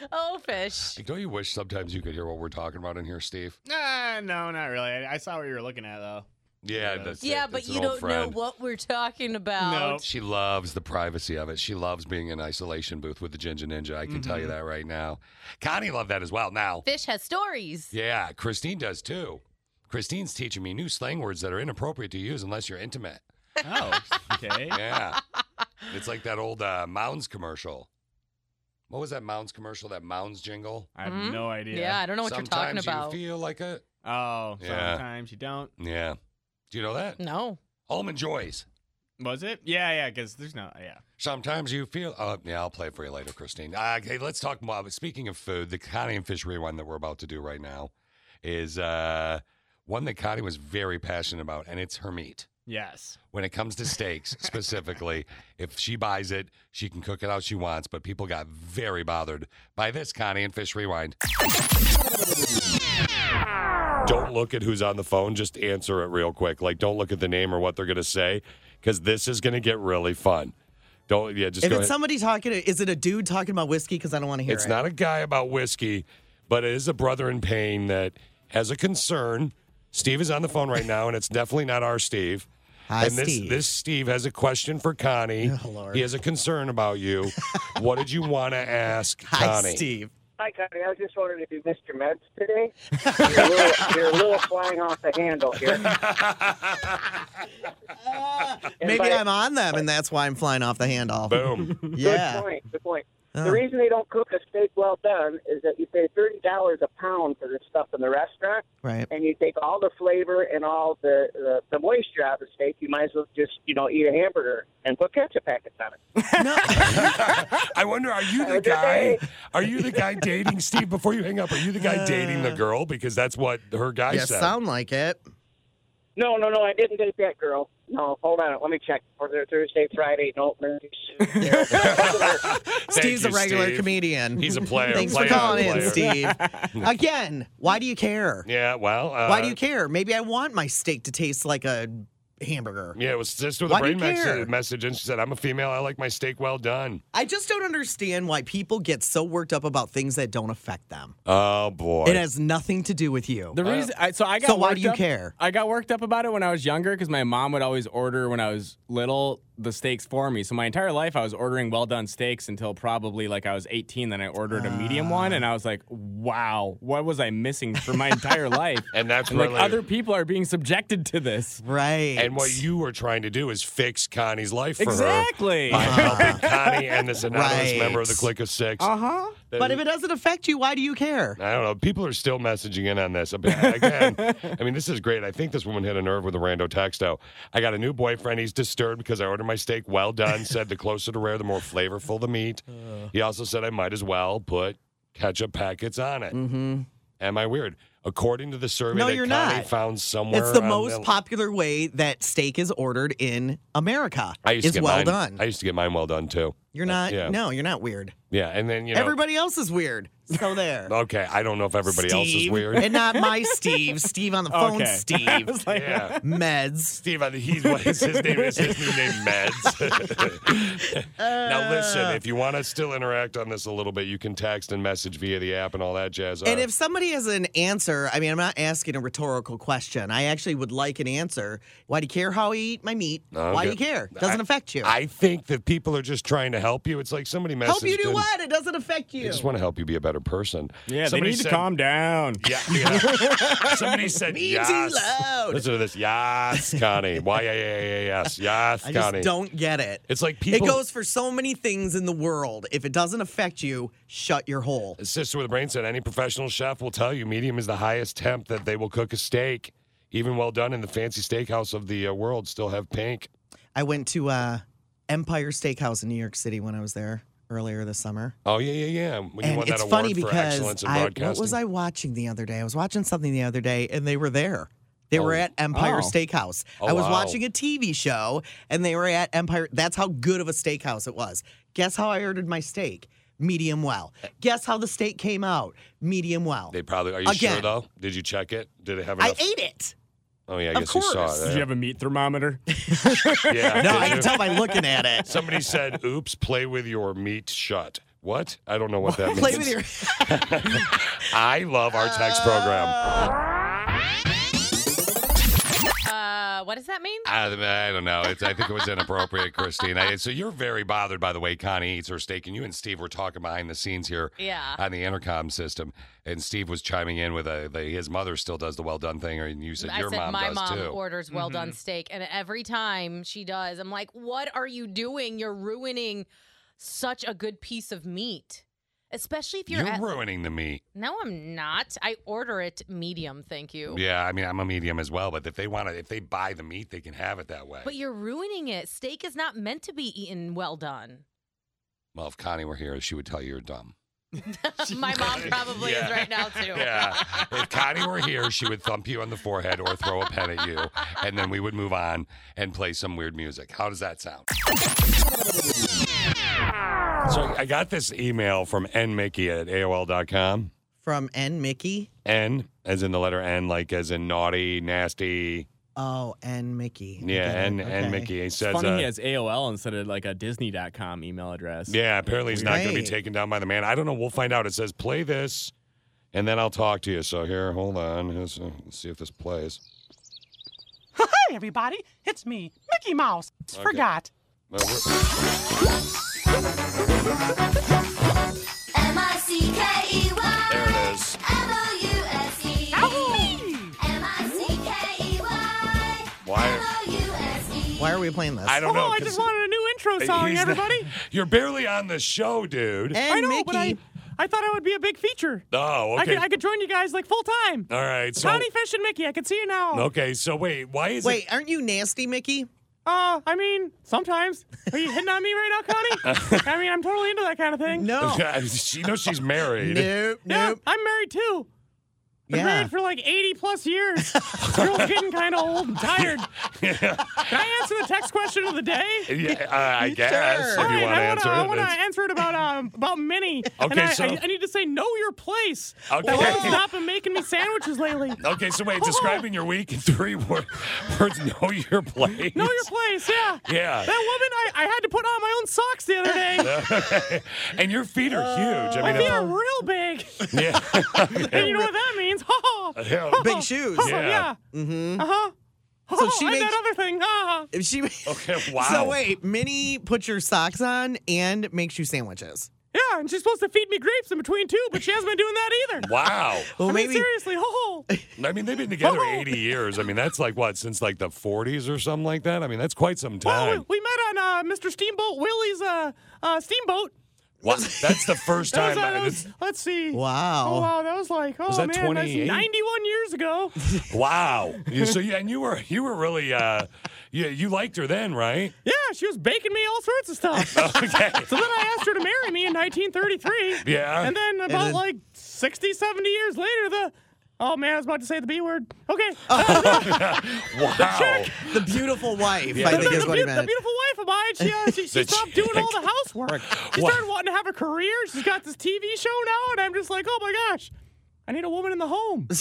Oh, fish. Don't you wish sometimes you could hear what we're talking about in here, Steve? Uh, no, not really. I, I saw what you were looking at though. Yeah, that's it. yeah, but That's an you old don't friend. know what we're talking about. She loves the privacy of it. She loves being in isolation booth with the Ginger Ninja. I can tell you that right now. Connie loved that as well. Now, Fish has stories. Yeah, Christine does too. Christine's teaching me new slang words that are inappropriate to use unless you're intimate. Oh, [LAUGHS] okay. [LAUGHS] Yeah. it's like that old uh, Mounds commercial. What was that Mounds commercial? That Mounds jingle? I have Mhm. no idea. Yeah, I don't know what Sometimes you're talking about. you feel like a. Oh, Yeah. sometimes you don't. Yeah. Do you know that? no. Almond Joys. Was it? Yeah, yeah. Because there's no. Yeah. Sometimes you feel. Oh, yeah, I'll play it for you later, Christine. Uh, okay, let's talk more. Speaking of food, the Connie and Fish rewind that we're about to do right now is uh, one that Connie was very passionate about, and it's her meat. Yes. when it comes to steaks specifically. If she buys it, she can cook it how she wants, but people got very bothered by this, Connie and Fish Rewind. Don't look at who's on the phone, just answer it real quick. Like, don't look at the name or what they're going to say, because this is going to get really fun. Don't, yeah, just if go it's ahead. somebody talking, to, is it a dude talking about whiskey? Because I don't want to hear It's it. not a guy about whiskey, but it is a brother in pain that has a concern. Steve is on the phone right now, and it's definitely not our Steve. Hi, and this Steve. this Steve has a question for Connie. Oh, Lord. He has a concern about you. what did you want to ask [LAUGHS] Hi, Connie? Steve. Hi, Connie. I was just wondering if you missed your meds today. You're a little, you're a little flying off the handle here. And Maybe by- I'm on them, and that's why I'm flying off the handle. Boom. [LAUGHS] yeah. Good point. Good point. Oh. The reason they don't cook a steak well done is that you pay thirty dollars a pound for this stuff in the restaurant, Right. and you take all the flavor and all the, the the moisture out of the steak. You might as well just you know eat a hamburger and put ketchup packets on it. I wonder, are you the guy? Are you the guy dating Steve? Before you hang up, are you the Uh, guy dating the girl? Because that's what her guy Yeah, said. sound like it. No, no, no. I didn't date that girl. No, hold on. Let me check. For their Thursday, Friday, no. Monday. Thank Steve's you, a regular Steve. comedian. He's a player. Thanks player, for calling in, Steve. player. [LAUGHS] Again, why do you care? Yeah. Well. Uh, why do you care? Maybe I want my steak to taste like a hamburger. Yeah, it was just with a Why do you brain care? message, message, and she said, "I'm a female. I like my steak well done." I just don't understand why people get so worked up about things that don't affect them. Oh boy. It has nothing to do with you. The reason, I, so I got. So why worked do you up- care? I got worked up about it when I was younger because my mom would always order when I was little the steaks for me. So my entire life I was ordering well done steaks until probably like I was 18. Then I ordered a medium one, and I was like, "Wow, what was I missing for my [LAUGHS] entire life?" And that's like really- other people are being subjected to this. Right. And what you were trying to do is fix Connie's life for Exactly. her by [LAUGHS] helping Connie and this anonymous Right. Oh. member of the Click of Six. Uh huh. But if it doesn't affect you, why do you care? I don't know. People are still messaging in on this. [LAUGHS] Again, I mean, this is great. I think this woman hit a nerve with a rando texto. I got a new boyfriend. He's disturbed because I ordered my steak well done. Said the closer to rare, the more flavorful the [LAUGHS] meat. Uh. He also said I might as well put ketchup packets on it. Mm-hmm. Am I weird? According to the survey No, that you're Connie not. found somewhere, It's the on most popular way that steak is ordered in America. I used to is get well mine. done. I used to get mine well done too. You're not. Yeah. No, you're not weird. Yeah, and then you know. Everybody else is weird. So [LAUGHS] there. okay, I don't know if everybody else is Steve. weird. And not my Steve. Steve on the phone. Okay. I Steve. was like, yeah. [LAUGHS] Meds. Steve, I think he's what is his name is his new name Meds. [LAUGHS] now listen, if you want to still interact on this a little bit, you can text and message via the app and all that jazz. And Uh, if somebody has an answer, I mean, I'm not asking a rhetorical question. I actually would like an answer. Why do you care how I eat my meat? Why do you Okay. care? Doesn't I- affect you. I think that people are just trying to help you. It's like somebody messaged. help you do in- what? It doesn't affect They you. just want to help you be a better person. Yeah, Somebody they need said- to calm down. [LAUGHS] Yeah, yeah. [LAUGHS] somebody said Me too yes. loud. Listen to this, yes, Connie. Why, yeah, yeah, yeah, yes, yes, I Connie. just don't get it. It's like people. It goes for so many things in the world. If it doesn't affect you, shut your hole. Sister with a brain said any professional chef will tell you medium is the highest temp that they will cook a steak. Even well done in the fancy steakhouse of the uh, world still have pink. I went to uh, Empire Steakhouse in New York City when I was there earlier this summer. Oh yeah, yeah, yeah. When you and won it's that award funny for because excellence in I, broadcasting. what was I watching the other day? I was watching something the other day, and they were there. They were at Empire Oh. Steakhouse. Oh, I was wow. watching a TV show, and they were at Empire. That's how good of a steakhouse it was. Guess how I ordered my steak? Medium well. Guess how the steak came out? Medium well. They probably are you sure Again. though? Did you check it? Did it have I enough? [LAUGHS] ate it. oh yeah, I of guess you saw course. it. Did you have a meat thermometer? yeah. [LAUGHS] No, did I you? can tell by looking at [LAUGHS] it. Somebody said, "Oops, play with your meat shut." What? I don't know what that means. [LAUGHS] Play with your. I love our text program. Uh, what does that mean? I, I don't know. It's, I think it was inappropriate, Christine. I, so you're very bothered by the way Connie eats her steak, and you and Steve were talking behind the scenes here Yeah. on the intercom system, and Steve was chiming in with a, the, his mother still does the well done thing, and you said I your said mom my does mom too. Mm-hmm. orders well done steak, and every time she does, I'm like, "What are you doing? You're ruining such a good piece of meat." Especially if you're, you're at- ruining the meat. no, I'm not. I order it medium, thank you. Yeah, I mean I'm a medium as well, but if they want to, if they buy the meat, they can have it that way. But you're ruining it. Steak is not meant to be eaten [LAUGHS] well done. well, if Connie were here, she would tell you you're dumb. My mom probably Yeah. is right now too. Yeah. If Connie were here, she would thump you on the forehead or throw a pen at you, and then we would move on and play some weird music. How does that sound? So I got this email from N Mickey at AOL.com. [LAUGHS] From N. Mickey. N as in the letter N, like as in naughty, nasty. Oh, N. Mickey. I Yeah, get it. N Okay. N Mickey. He It's says, funny uh, he has AOL instead of like a Disney.com email address. yeah, apparently he's not going to be Right. taken down by the man. I don't know. We'll find out. It says play this, and then I'll talk to you. So here, hold on. Let's uh, see if this plays. [LAUGHS] Hi, everybody. It's me, Mickey Mouse. Okay. Forgot. Uh, we're- M I C E M-I-C-K-E-Y. There it is. M-O-U-S-E. M-I-C-K-E-Y. Why? E. M-O-U-S-E. Why are we playing this? I don't know. 'cause Oh, wanted a new intro he's song, not- everybody. [LAUGHS] you're barely on the show, dude. I know, but I, I thought I would be a big feature. Oh, I okay. could I could join you guys like full time. All right. So. Connie Fish and Mickey, I can see you now. Okay. So wait. Why is [LAUGHS] Wait, it? aren't you nasty, Mickey? Uh, I mean, sometimes. Are you hitting on me right now, [LAUGHS] Connie? I mean, I'm totally into that kind of thing. she knows she's married. [LAUGHS] [LAUGHS] Yeah, I'm married too. Been Yeah. married for like 80 [LAUGHS] plus years. Girl's getting kind of old and tired. Can I answer the text question of the day? Yeah, uh, I guess All if you right, want to I answer I it. want to it's- answer it about um, about Minnie. and Okay, I, so- I, I need to say know your place. Okay. That won't stop him making me sandwiches lately. Okay, so wait, describing your week in three wor- words. Know your place. Know your place, yeah. Yeah. That woman, I, I had to put on my own socks the other day. and your feet are huge. [LAUGHS] I my mean, feet uh, are real big. yeah. [LAUGHS] and you know what that means? Ha ha. [LAUGHS] Yeah. Ha, Big ha, shoes. ha, Yeah. Oh, Yeah. Mm-hmm. Uh huh. So So she she and makes- that other thing. Ah. If she [LAUGHS] okay, So wait, Minnie puts your socks on and makes you sandwiches. Yeah, and she's supposed to feed me grapes in between too, but she hasn't been doing that either. Wow. Well, I mean, maybe- seriously, ho ho. I mean, they've been together 80 years. I mean, that's like what, since like the 40s or something like that? I mean, that's quite some time. We met on uh, Mr. Steamboat Willie's uh, uh, steamboat. Wow, that's the first That was, time. uh, I- that was- that's- let's see. Wow. Oh wow, that was like oh that man, that's 28? 91 years ago. [LAUGHS] wow. You, so, yeah, and you were, you were really, uh, you, you liked her then, right? [LAUGHS] Yeah, she was baking me all sorts of stuff. [LAUGHS] Okay. so then I asked her to marry me [LAUGHS] in 1933. Yeah. And then about And then- like 60, 70 years later, the oh man, I was about to say the B word. [LAUGHS] Okay. wow. The beautiful wife, Yeah. I The- think the is what The he beau- meant. the beautiful wife of mine, she, [LAUGHS] uh, she, she The stopped doing chick. all the [LAUGHS] housework. She What? started wanting to have a career. She's got this TV show now, and I'm just like, oh my gosh, I need a woman in the home. [LAUGHS] [LAUGHS]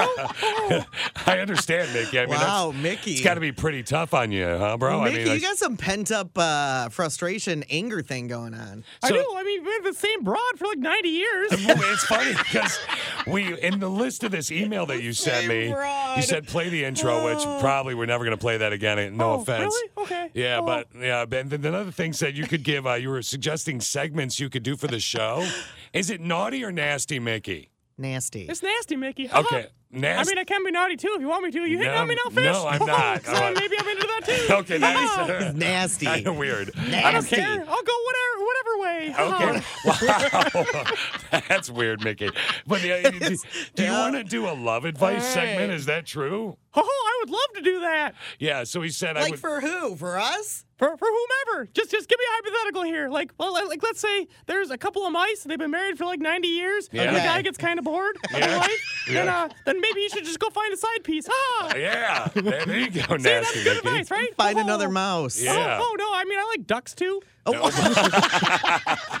I understand, Mickey. I mean, Wow, that's- Mickey. It's got to be pretty tough on you, huh, bro? Oh, I Mickey, mean, like- you got some pent up uh, frustration, anger thing going on. [LAUGHS] I do. I mean, we had the same broad for like 90 years. it's funny because we in the list of this email that you sent me, you said play the intro, which probably we're never going to play that again. eh, No offense. Oh. Okay. Yeah, but yeah, but then another thing said you could give. Uh, you were suggesting segments you could do for the [LAUGHS] show. Is it naughty or nasty, Mickey? Nasty. It's nasty, Mickey. How Okay, about- Uh-huh. I nasty. mean, I can be naughty too if you want me to. You hitting No, on me no, now, fish? [LAUGHS] I'm not. so All right. maybe I'm into that [LAUGHS] too. [LAUGHS] okay, that is nasty. Kind of weird. I don't care. I'll go whatever whatever way. Okay. [LAUGHS] wow. That's weird, Mickey. But uh, do, do you want to do a love advice All segment? right. Is that true? Oh, I would love to do that. Yeah. So he said, I Like would. for who? For us? For, for whomever, just just give me a hypothetical here. Like, well, like let's say there's a couple of mice. They've been married for like 90 years. Yeah. And the guy gets kind of bored of Yeah. their life. Yeah. And uh, then maybe you should just go find a side piece. Ah. [LAUGHS] yeah. There there you go, See, that's nasty good Mickey. advice, right? Find Oh. another mouse. Oh, Yeah. Oh, oh, no, I mean I like ducks too. [LAUGHS] [LAUGHS]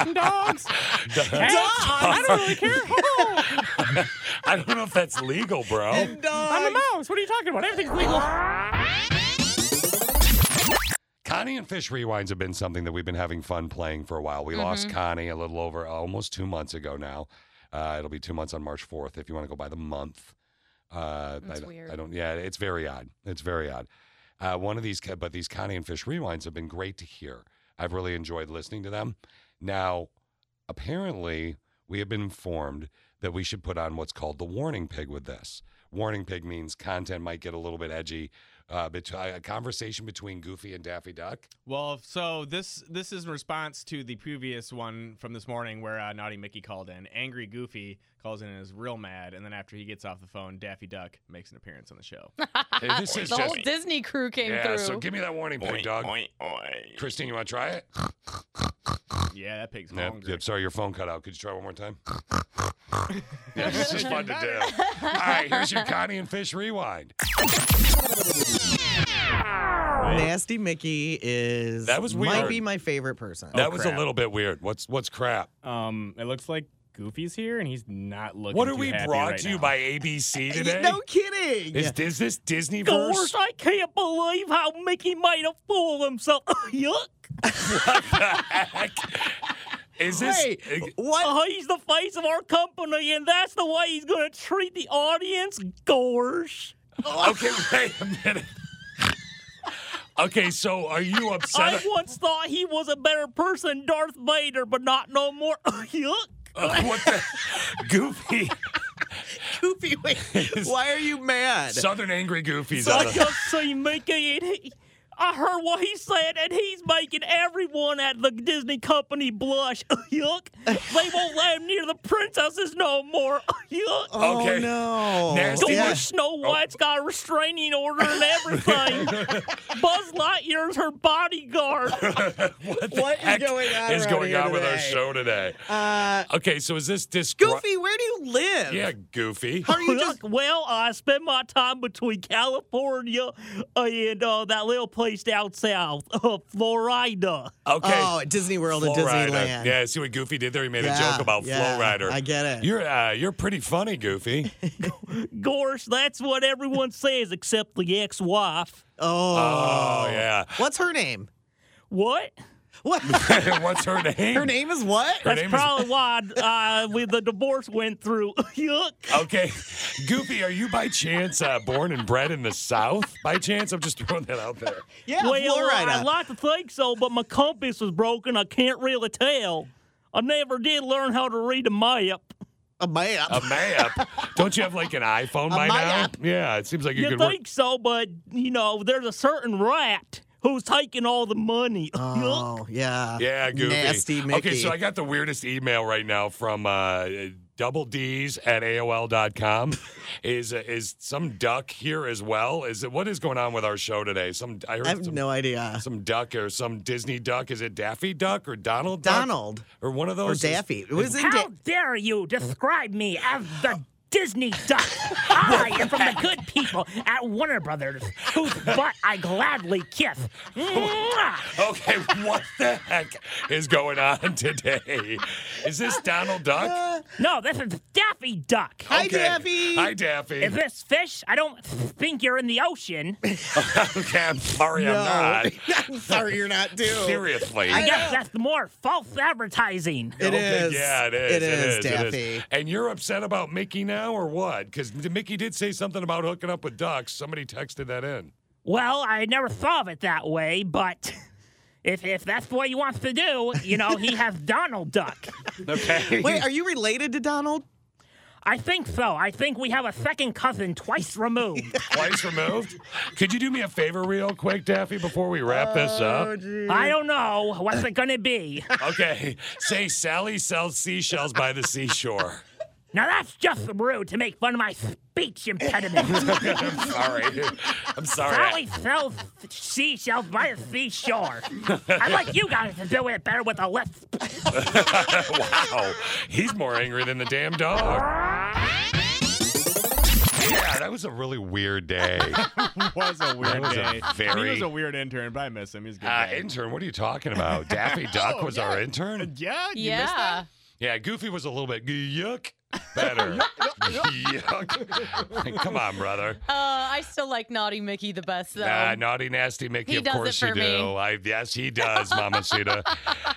And [LAUGHS] dogs. Dogs. Cats. I don't [LAUGHS] really care. Oh. I don't know if that's legal, bro. I'm a mouse. What are you talking about? Everything's legal. Connie and Fish Rewinds have been something that we've been having fun playing for a while. We lost Mhm. Connie a little over almost two months ago now. Uh, it'll be two months on March 4th if you want to go by the month. Uh, I, That's don't- weird. I don't, yeah, it's very odd. It's very odd. Uh, one of these, ca- but these Connie and Fish Rewinds have been great to hear. I've really enjoyed listening to them. Now, apparently, we have been informed that we should put on what's called the warning pig with this. Warning pig means content might get a little bit edgy. Uh, bet- a conversation between Goofy and Daffy Duck. Well, if- so this this is in response to the previous one from this morning where uh, Naughty Mickey called in. Angry Goofy calls in and is real mad, and then after he gets off the phone, Daffy Duck makes an appearance on the [LAUGHS] show. Hey, this is the whole just- Disney crew came yeah, through. so give me that warning pig, Oink, dog. oink, Christine, you want to try it? yeah, that pig's Yep, hungry. yep, sorry, your phone cut out. Could you try one more [LAUGHS] time? yeah, this is fun to do. All right, here's your Connie and Fish rewind. Oh, Nasty Mickey is That was might weird. be my favorite person. that was a little bit weird. What's what's crap? Um, it looks like Goofy's here, and he's not looking. What are too we happy brought right to you now. by [LAUGHS] ABC today? Oh, No kidding. Is, is this Disney verse? Gosh, I can't believe how Mickey made a fool of himself. [LAUGHS] Yuck. Is this? Oh. What? Uh, he's the face of our company, and that's the way he's going to treat the uh, audience. Gosh. Okay, wait a minute. Okay, so are you upset? I once thought he was a better person, Darth Vader, but not no more. [LAUGHS] Yuck. Uh, [LAUGHS] what the? Goofy. Goofy, [LAUGHS] wait. Why are you mad? Southern angry goofies. So out I of- just see Mickey and he. I heard what he said, and he's making everyone at the Disney company blush. [LAUGHS] Yuck! They won't let him near the princesses no more. [LAUGHS] Yuck! Okay. oh, no. Don't Nasty. yeah. Snow White's got a restraining order and everything. Buzz Lightyear's her bodyguard. what the What is heck going on is around going here on with our today? show today? Uh, Okay, so is this disc? Goofy, where do you live? Yeah, Goofy. How are you just? Look, well, I spend my time between California and uh, that little place down south, [LAUGHS] uh, Florida. Okay. Oh, at Disney World and Flow Rider. Disneyland. Yeah, see what Goofy did there? He made a Yeah, joke about yeah, Flow Rider. I get it. You're uh, you're pretty funny, [LAUGHS] Goofy. Gorse, that's what everyone says except the ex-wife. Oh. Oh, yeah. [LAUGHS] What's her name? What? What? What's her name? [LAUGHS] her name is what? Her That's name probably why I, uh, with the divorce went through. [LAUGHS] Yuck. is. Okay, Goofy, are you by chance uh, born and bred in the South? By chance, I'm just throwing that out there. Yeah, Flow well, Rider. I'd like to think so, but my compass was broken. I can't really tell. I never did learn how to read a map. a map. A map? Don't you have like an iPhone by map? now? Yeah, it seems like you, You could think so, but you know, there's a certain rat who's taking all the money. [LAUGHS] oh, yeah. work. [LAUGHS] Yeah, Goofy. Nasty Mickey. Okay, so I got the weirdest email right now from uh, double D's at [LAUGHS] AOL.com. is uh, is some duck here as well? Is it what is going on with our show today? Some I heard I have some, no idea. some duck or some Disney duck. Is it Daffy Duck or Donald Duck? Donald Or one of or those? Daffy. It was in How da- dare you describe me as the Disney duck? I am from the good people at Warner Brothers, whose butt I gladly kiss. Mwah! [LAUGHS] Okay, what the heck is going on [LAUGHS] today? Is this Donald Duck? No, this is Daffy Duck. Uh, Hi, Okay. Daffy. Hi, Daffy. Is this fish? I don't think you're in the ocean. [LAUGHS] okay, I'm sorry no. I'm not. [LAUGHS] I'm sorry [LAUGHS] you're not due. Seriously. [LAUGHS] I guess that's more false advertising. It Okay, is. Yeah, it is. It is, it is. Daffy. And you're upset about Mickey now or what? Because Mickey did say something about hooking up with ducks. Somebody texted that in. Well, I never thought of it that way, but if, if that's what he wants to do, you know, he has Donald Duck. Okay. Wait, are you related to Donald? I think so. I think we have a second cousin twice removed. Twice removed? Could you do me a favor real quick, Daffy, before we wrap Oh, this up? I don't know. What's it gonna be? Okay. Say Sally sells seashells by the seashore. [LAUGHS] Now that's just rude to make fun of my speech [LAUGHS] impediment. I'm sorry. I'm [LAUGHS] sorry. Sally sells seashells by the seashore. I'd like you guys to do it better with a lisp. wow. He's more angry than the damn dog. Yeah, that was a really weird day. [LAUGHS] was a weird was a day. very- He was a weird intern, but I miss him. He's a good. Uh, guy. Oh, intern, what are you talking [LAUGHS] about? Daffy Duck was our intern? yeah, Uh, you missed that? Yeah. Yeah, Goofy was a little bit yuck [LAUGHS] better. [LAUGHS] yuck. Come on, brother. Uh, I still like Naughty Mickey the best though. Nah, naughty, nasty Mickey, He of does it course for you do. me. I, yes, he does, Mama [LAUGHS] Sita.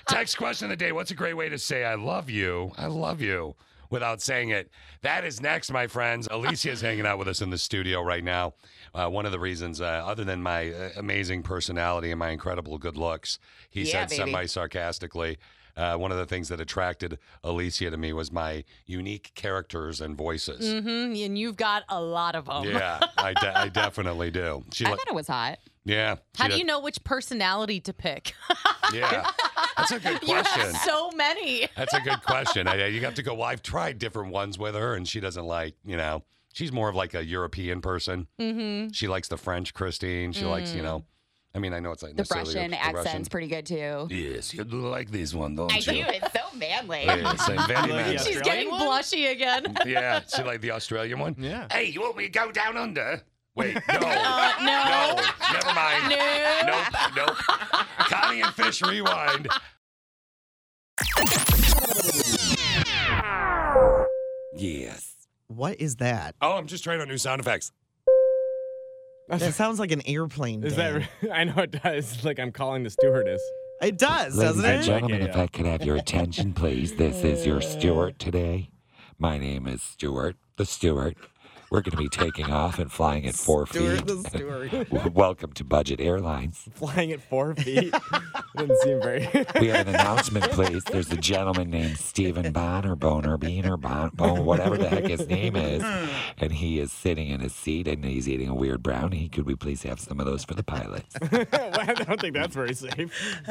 Text question of the day What's a great way to say I love you? I love you without saying it. That is next, my friends. Alicia is hanging out with us in the studio right now. Uh, one of the reasons, uh, other than my uh, amazing personality and my incredible good looks, he Yeah, said baby. semi sarcastically. Uh, one of the things that attracted Alicia to me was my unique characters and voices. Mm-hmm. And you've got a lot of them. Yeah, I, de- I definitely do. She I li- thought it was hot. yeah. How she do de- you know which personality to pick? Yeah, that's a [LAUGHS] good you question. have [LAUGHS] so many. That's a good question. I, you have to go. Well, I've tried different ones with her, and she doesn't like. You know, she's more of like a European person. Mm-hmm. She likes the French Christine. She likes, you Mm. know, I mean, I know it's like The Russian accent's pretty good too. Yes, you do like this one, don't I you? do. It's so manly. Yes, [LAUGHS] I'm very Like manly. the She's Australian getting one? blushy again. [LAUGHS] Yeah, she like the Australian one. Yeah. Hey, you want me to go down under? [LAUGHS] Wait, no, Uh, no, no. never mind. No. [LAUGHS] Nope, nope. Connie and Fish rewind. Yes. What is [LAUGHS] that? Oh, I'm just trying out new sound effects. That sounds like an airplane. Is [LAUGHS] ding. that? [LAUGHS] I know it does. It's Like I'm calling the stewardess. It does, doesn't and it? [LAUGHS] gen- gentlemen, if I could have your attention, please. This is your steward today. My name is Stewart, the steward. We're going to be taking off and flying at four Stuart feet. the Steward. W- [LAUGHS] Welcome to Budget Airlines. [LAUGHS] Flying at four feet. [LAUGHS] Didn't seem very. [LAUGHS] We have an announcement, please. There's a gentleman named Stephen Bonner, Boner, Beaner, Bon, Bon, whatever the heck his name is. And he is sitting in his seat and he's eating a weird brownie. Could we please have some of those for the pilots? I don't think that's very safe.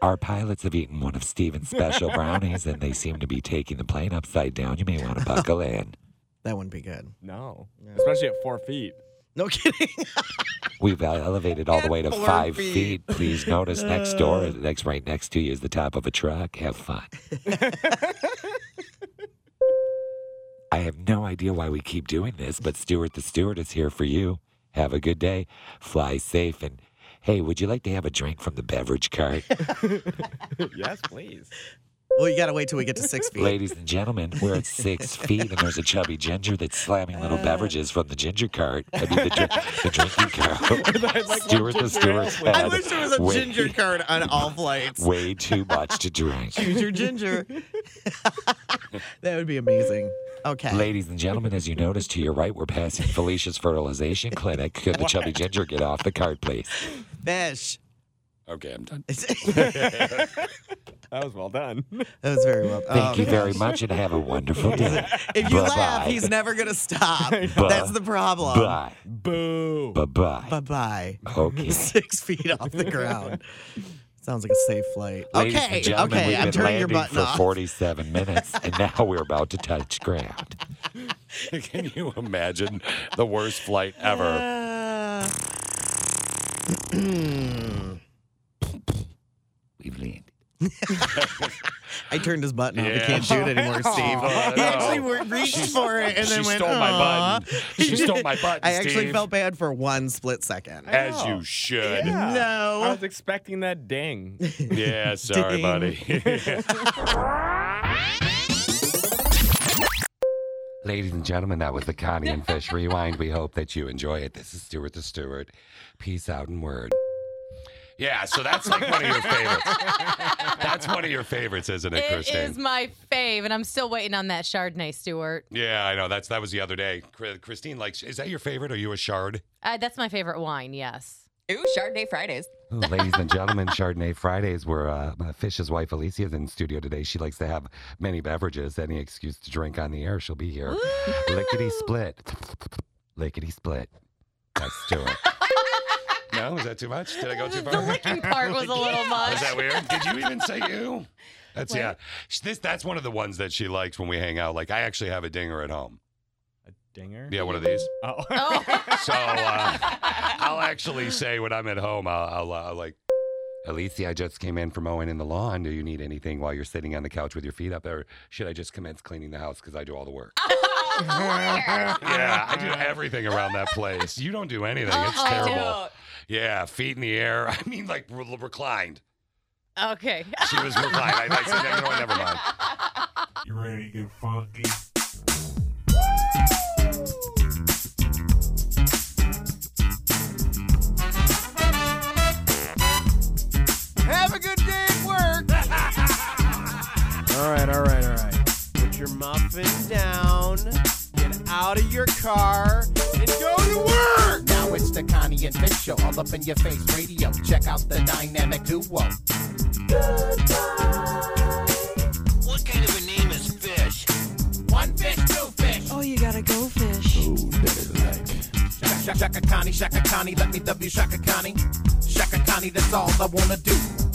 Our pilots have eaten one of Steven's special brownies and they seem to be taking the plane upside down. You may want to buckle in. [LAUGHS] That wouldn't be good. No. Especially at four feet. No [LAUGHS] kidding. We've elevated all the way to Four five feet. Uh. feet. Please notice next door, next right next to you is the top of a truck. Have [LAUGHS] fun. I have no idea why we keep doing this, but Stuart the Steward is here for you. Have a good day. Fly safe. And hey, would you like to have a drink from the beverage [LAUGHS] cart? yes, please. Well, you gotta wait till we get to six feet. Ladies and gentlemen, we're at six feet, and there's a chubby ginger that's slamming Uh. little beverages from the ginger cart. I mean, the, dr- the [LAUGHS] drinking cart. Stuart the Steward's had I wish there was a way, ginger card on [LAUGHS] all flights. way too much to drink. [LAUGHS] Choose your ginger. [LAUGHS] that would be amazing. Okay. Ladies and gentlemen, as you notice to your right, we're passing Felicia's Fertilization Clinic. Could the chubby ginger get off the cart, please? Fish. Okay, I'm [LAUGHS] done. that was well done. That was very well. Thank oh, you [LAUGHS] very gosh. much and have a wonderful day. If you Bye-bye. laugh, he's never gonna stop. Buh. That's the problem. Bye. Boo. Bye bye. Bye bye. Okay. Six feet [LAUGHS] off the ground. Sounds like a safe flight. Ladies okay. and gentlemen, okay. we've I'm been turning your landing button for off. 47 minutes, [LAUGHS] and now we're about to touch ground. [LAUGHS] Can you imagine the worst flight ever? We've landed. [CLEARS THROAT] I turned his button off. Yeah. He can't do it anymore, Steve. [LAUGHS] Oh, he no. actually wor- reached She- for it and then she went. stole my "Aw." button. She stole my button, [LAUGHS] I actually Steve. felt bad for one split second. As you should. Yeah. No. I was expecting that ding. [LAUGHS] Yeah, sorry, Ding. buddy. [LAUGHS] Ladies and gentlemen, that was the Connie and [LAUGHS] Fish Rewind. We hope that you enjoy it. This is Stuart the Steward. Peace out and word. yeah, so that's like one of your favorites. That's one of your favorites, isn't it, It Christine? is my fave, and I'm still waiting on that Chardonnay, Stuart. yeah, I know. That's that was the other day. Chri- Christine likes. Is that your favorite? Are you a shard? Uh, that's my favorite wine, yes. Ooh, Chardonnay Fridays. [LAUGHS] Ooh, [LAUGHS] Ladies and gentlemen, Chardonnay Fridays, where uh, my Fish's wife Alicia is in studio today. She likes to have many beverages, any excuse to drink on the air. She'll be here. Lickety split. Lickety split. That's Stuart. No, is that too much? Did I go [LAUGHS] too far? The licking [LAUGHS] part was a little much. Is that weird? Did you even say you? That's What? yeah. Sh- This that's one of the ones that she likes when we hang out. Like I actually have a dinger at home. Dinger. Yeah, one of these. Oh. So uh, I'll actually say when I'm at home, I'll, I'll, uh like. Alicia, I just came in from mowing in the lawn. Do you need anything while you're sitting on the couch with your feet up, or should I just commence cleaning the house because I do all the work? Yeah, I do everything around that place. You don't do anything. It's Uh-uh. I terrible. Yeah, feet in the air. [LAUGHS] I mean, like re- reclined. Okay. She was reclined. I, I said, "No, you know what? never mind. You ready to get funky? Have a good day at work. All right, all right, all right. Put your muffin down, get out of your car, and go to work. Now it's the Connie and Fish show, all up in your face radio. Check out the dynamic duo. What kind of a name is Fish? One fish, two fish. Oh, you gotta go fish. Oh, Shaka, shaka, shaka Connie, Shaka Connie, let me W Shaka Connie. Shaka Connie, that's all I wanna do.